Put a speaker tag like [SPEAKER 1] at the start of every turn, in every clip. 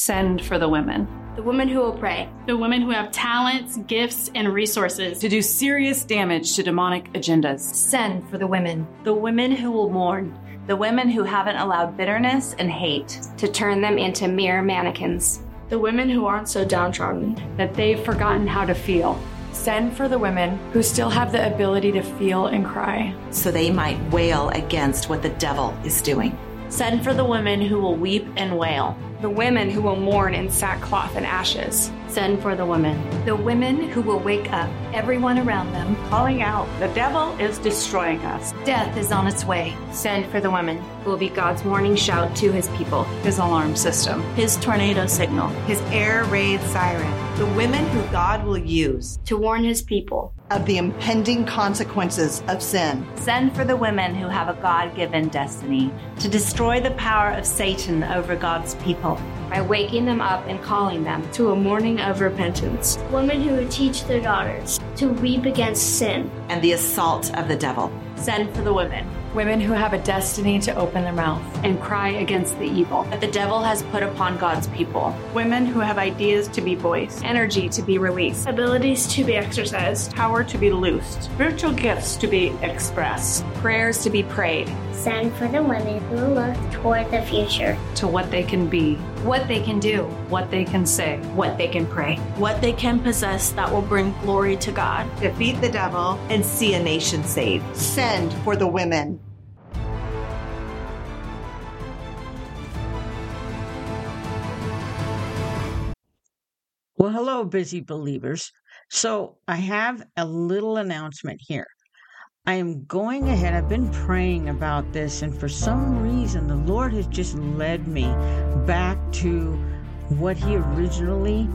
[SPEAKER 1] send for the women.
[SPEAKER 2] The women who will pray.
[SPEAKER 3] The women who have talents, gifts, and resources.
[SPEAKER 1] To do serious damage to demonic agendas.
[SPEAKER 4] Send for the women.
[SPEAKER 5] The women who will mourn. The women who haven't allowed bitterness and hate.
[SPEAKER 2] To turn them into mere mannequins.
[SPEAKER 6] The women who aren't so downtrodden.
[SPEAKER 7] That they've forgotten how to feel.
[SPEAKER 8] Send for the women who still have the ability to feel and cry.
[SPEAKER 9] So they might wail against what the devil is doing.
[SPEAKER 10] Send for the women who will weep and wail.
[SPEAKER 11] The women who will mourn in sackcloth and ashes.
[SPEAKER 12] Send for the women.
[SPEAKER 13] The women who will wake up everyone around them,
[SPEAKER 14] calling out, The devil is destroying us.
[SPEAKER 13] Death is on its way.
[SPEAKER 15] Send for the women who will be God's warning shout to his people,
[SPEAKER 1] his alarm system,
[SPEAKER 16] his tornado signal,
[SPEAKER 17] his air raid siren.
[SPEAKER 18] The women who God will use
[SPEAKER 19] to warn his people
[SPEAKER 18] of the impending consequences of sin.
[SPEAKER 5] Send for the women who have a God given destiny to destroy the power of Satan over God's people
[SPEAKER 2] by waking them up and calling them
[SPEAKER 6] to a morning of repentance.
[SPEAKER 20] Women who teach their daughters to weep against sin
[SPEAKER 9] and the assault of the devil.
[SPEAKER 10] Send for the women.
[SPEAKER 8] Women who have a destiny to open their mouth
[SPEAKER 7] and cry against the evil
[SPEAKER 10] that the devil has put upon God's people.
[SPEAKER 14] Women who have ideas to be voiced,
[SPEAKER 11] energy to be released,
[SPEAKER 6] abilities to be exercised,
[SPEAKER 14] power to be loosed, spiritual gifts to be expressed,
[SPEAKER 11] prayers to be prayed.
[SPEAKER 20] Send for the women who look toward the future
[SPEAKER 1] to what they can be,
[SPEAKER 4] what they can do,
[SPEAKER 1] what they can say,
[SPEAKER 4] what they can pray,
[SPEAKER 11] what they can possess that will bring glory to God,
[SPEAKER 18] defeat the devil, and see a nation saved. Send for the women.
[SPEAKER 10] Well, hello, busy believers. So, I have a little announcement here. I am going ahead. I've been praying about this, and for some reason, the Lord has just led me back to what He originally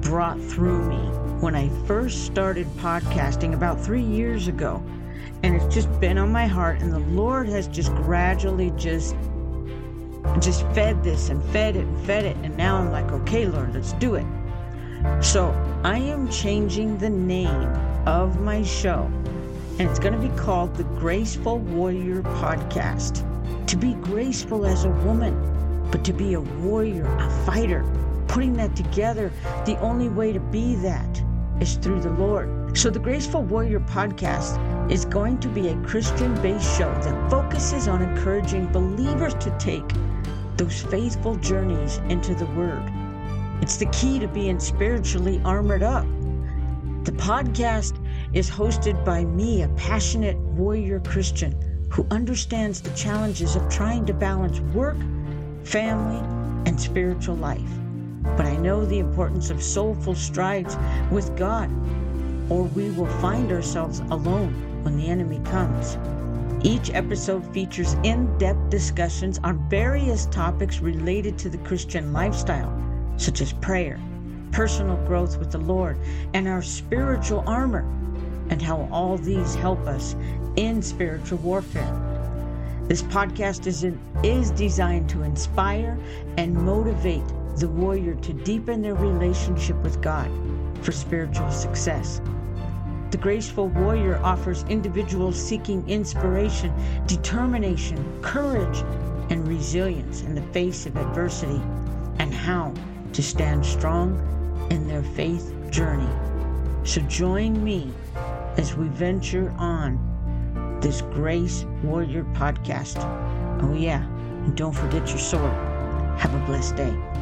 [SPEAKER 10] brought through me when I first started podcasting about three years ago. And it's just been on my heart, and the Lord has just gradually just just fed this and fed it and fed it and now I'm like okay Lord let's do it so I am changing the name of my show, and it's going to be called the Graceful Warrior Podcast. To be graceful as a woman, but to be a warrior, a fighter, putting that together, the only way to be that is through the Lord. So the Graceful Warrior Podcast is going to be a Christian based show that focuses on encouraging believers to take those faithful journeys into the Word. It's the key to being spiritually armored up. The podcast is hosted by me, a passionate warrior Christian who understands the challenges of trying to balance work, family, and spiritual life. But I know the importance of soulful strides with God, or we will find ourselves alone when the enemy comes. Each episode features in depth discussions on various topics related to the Christian lifestyle such as prayer, personal growth with the Lord, and our spiritual armor, and how all these help us in spiritual warfare. This podcast is, in, is designed to inspire and motivate the warrior to deepen their relationship with God for spiritual success. The Graceful Warrior offers individuals seeking inspiration, determination, courage, and resilience in the face of adversity and how to stand strong in their faith journey. So join me as we venture on this Grace Warrior podcast. Oh, yeah, and don't forget your sword. Have a blessed day.